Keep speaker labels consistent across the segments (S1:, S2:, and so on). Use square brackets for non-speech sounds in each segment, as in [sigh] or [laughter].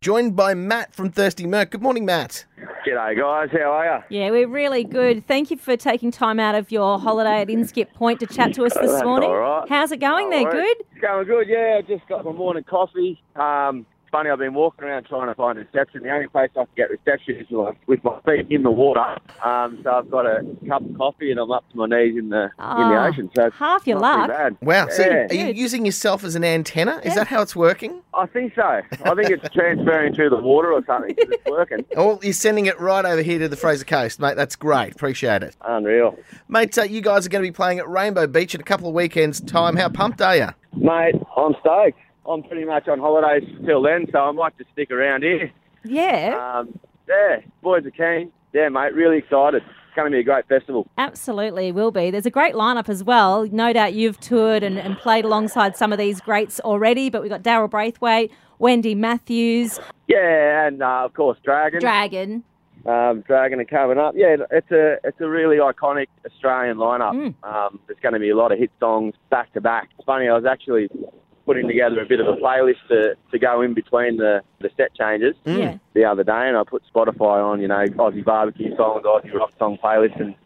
S1: joined by Matt from Thirsty Merc. Good morning, Matt.
S2: G'day, guys. How are you?
S3: Yeah, we're really good. Thank you for taking time out of your holiday at Inskip Point to chat to us this
S2: That's
S3: morning.
S2: all right.
S3: How's it going
S2: No
S3: there?
S2: worries.
S3: Good?
S2: It's going good, yeah. I just got my morning coffee. Um, it's funny, I've been walking around trying to find reception. The only place I can get reception is like, with my feet in the water. Um, so I've got a cup of coffee and I'm up to my knees in the in the
S3: Ah,
S2: ocean. So it's
S3: half your
S2: not too
S3: luck.
S2: bad.
S1: Wow. So,
S2: Yeah.
S1: are you
S3: Good.
S1: using yourself as an antenna? Is
S3: Yeah.
S1: that how it's working?
S2: I think so. I think it's transferring to the water or something 'cause it's working.
S1: Oh, you're sending it right over here to the Fraser Coast, mate. That's great. Appreciate it.
S2: Unreal.
S1: Mate, uh, you guys are going to be playing at Rainbow Beach in a couple of weekends' time. How pumped are you?
S2: Mate, I'm stoked. I'm pretty much on holidays till then, so I might just stick around here.
S3: Yeah,
S2: Um, yeah, boys are keen. Yeah, mate, really excited. It's going to be a great festival.
S3: absolutely will be. There's a great lineup as well. No doubt you've toured and, and played alongside some of these greats already, but we've got Daryl Braithwaite, Wendy Matthews,
S2: Yeah, and uh, of course Dragon.
S3: Dragon.
S2: um, Dragon are coming up. Yeah, it's a it's a really iconic Australian lineup. Um, there's going to be a lot of hit songs back to back. It's funny, I was actually putting together a bit of a playlist to, to go in between the, the set changes
S3: Yeah.
S2: the other day, and I put Spotify on, you know, Aussie barbecue songs, Aussie rock song playlist, and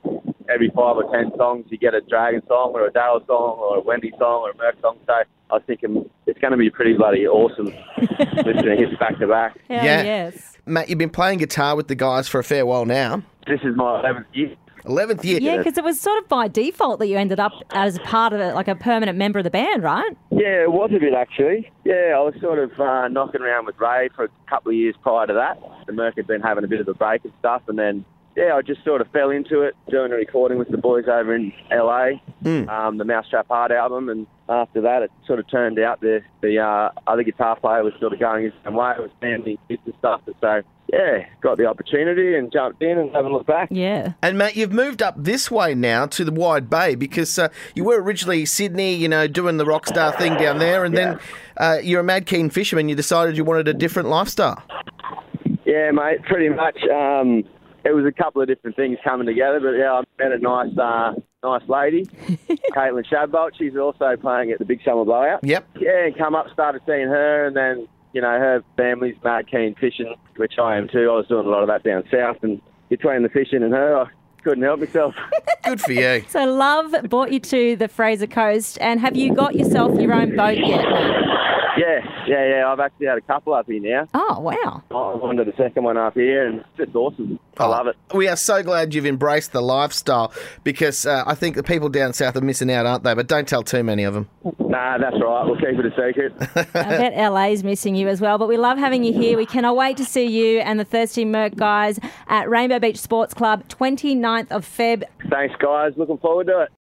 S2: every five or ten songs you get a Dragon song or a Daryl song or a Wendy song or a Merc song. So I was thinking it's going to be pretty bloody awesome listening to hits back to back.
S3: Hell
S1: Yeah.
S3: yes.
S1: Matt, you've been playing guitar with the guys for a fair while now.
S2: This is my 11th year.
S1: 11th year.
S3: Yeah, because it was sort of by default that you ended up as part of it, like a permanent member of the band, right?
S2: Yeah, it was a bit actually. Yeah, I was sort of uh, knocking around with Ray for a couple of years prior to that. The Merc had been having a bit of a break and stuff, and then yeah, I just sort of fell into it doing a recording with the boys over in LA, um, the Mousetrap Heart album, and after that it sort of turned out the the uh, other guitar player was sort of going his own way. It was family business stuff, and so yeah, got the opportunity and jumped in and haven't looked back.
S3: Yeah.
S1: And Matt, you've moved up this way now to the Wide Bay because uh, you were originally Sydney, you know, doing the rock star thing down there, and then uh, you're a mad keen fisherman. You decided you wanted a different lifestyle.
S2: Yeah, mate, pretty much. Um, it was a couple of different things coming together, but yeah, I met a nice, uh, nice lady, Caitlin Shadbolt. She's also playing at the Big Summer Blowout.
S1: Yep.
S2: Yeah, and come up, started seeing her, and then you know her family's mad keen fishing, which I am too. I was doing a lot of that down south, and between the fishing and her, I couldn't help myself.
S1: Good for you.
S3: So love brought you to the Fraser Coast, and have you got yourself your own boat yet? Matt?
S2: yeah, yeah, yeah. I've actually had a couple up here now.
S3: Oh wow!
S2: I'm on to the second one up here, and it's just awesome.
S1: Oh.
S2: I [laughs] love it.
S1: We are so glad you've embraced the lifestyle because uh, I think the people down south are missing out, aren't they? But don't tell too many of them.
S2: Nah, that's all right. We'll keep it a secret.
S3: I bet LA's missing you as well, but we love having you here. We cannot wait to see you and the Thirsty Merc guys at Rainbow Beach Sports Club, 29th of Feb.
S2: Thanks, guys. Looking forward to it.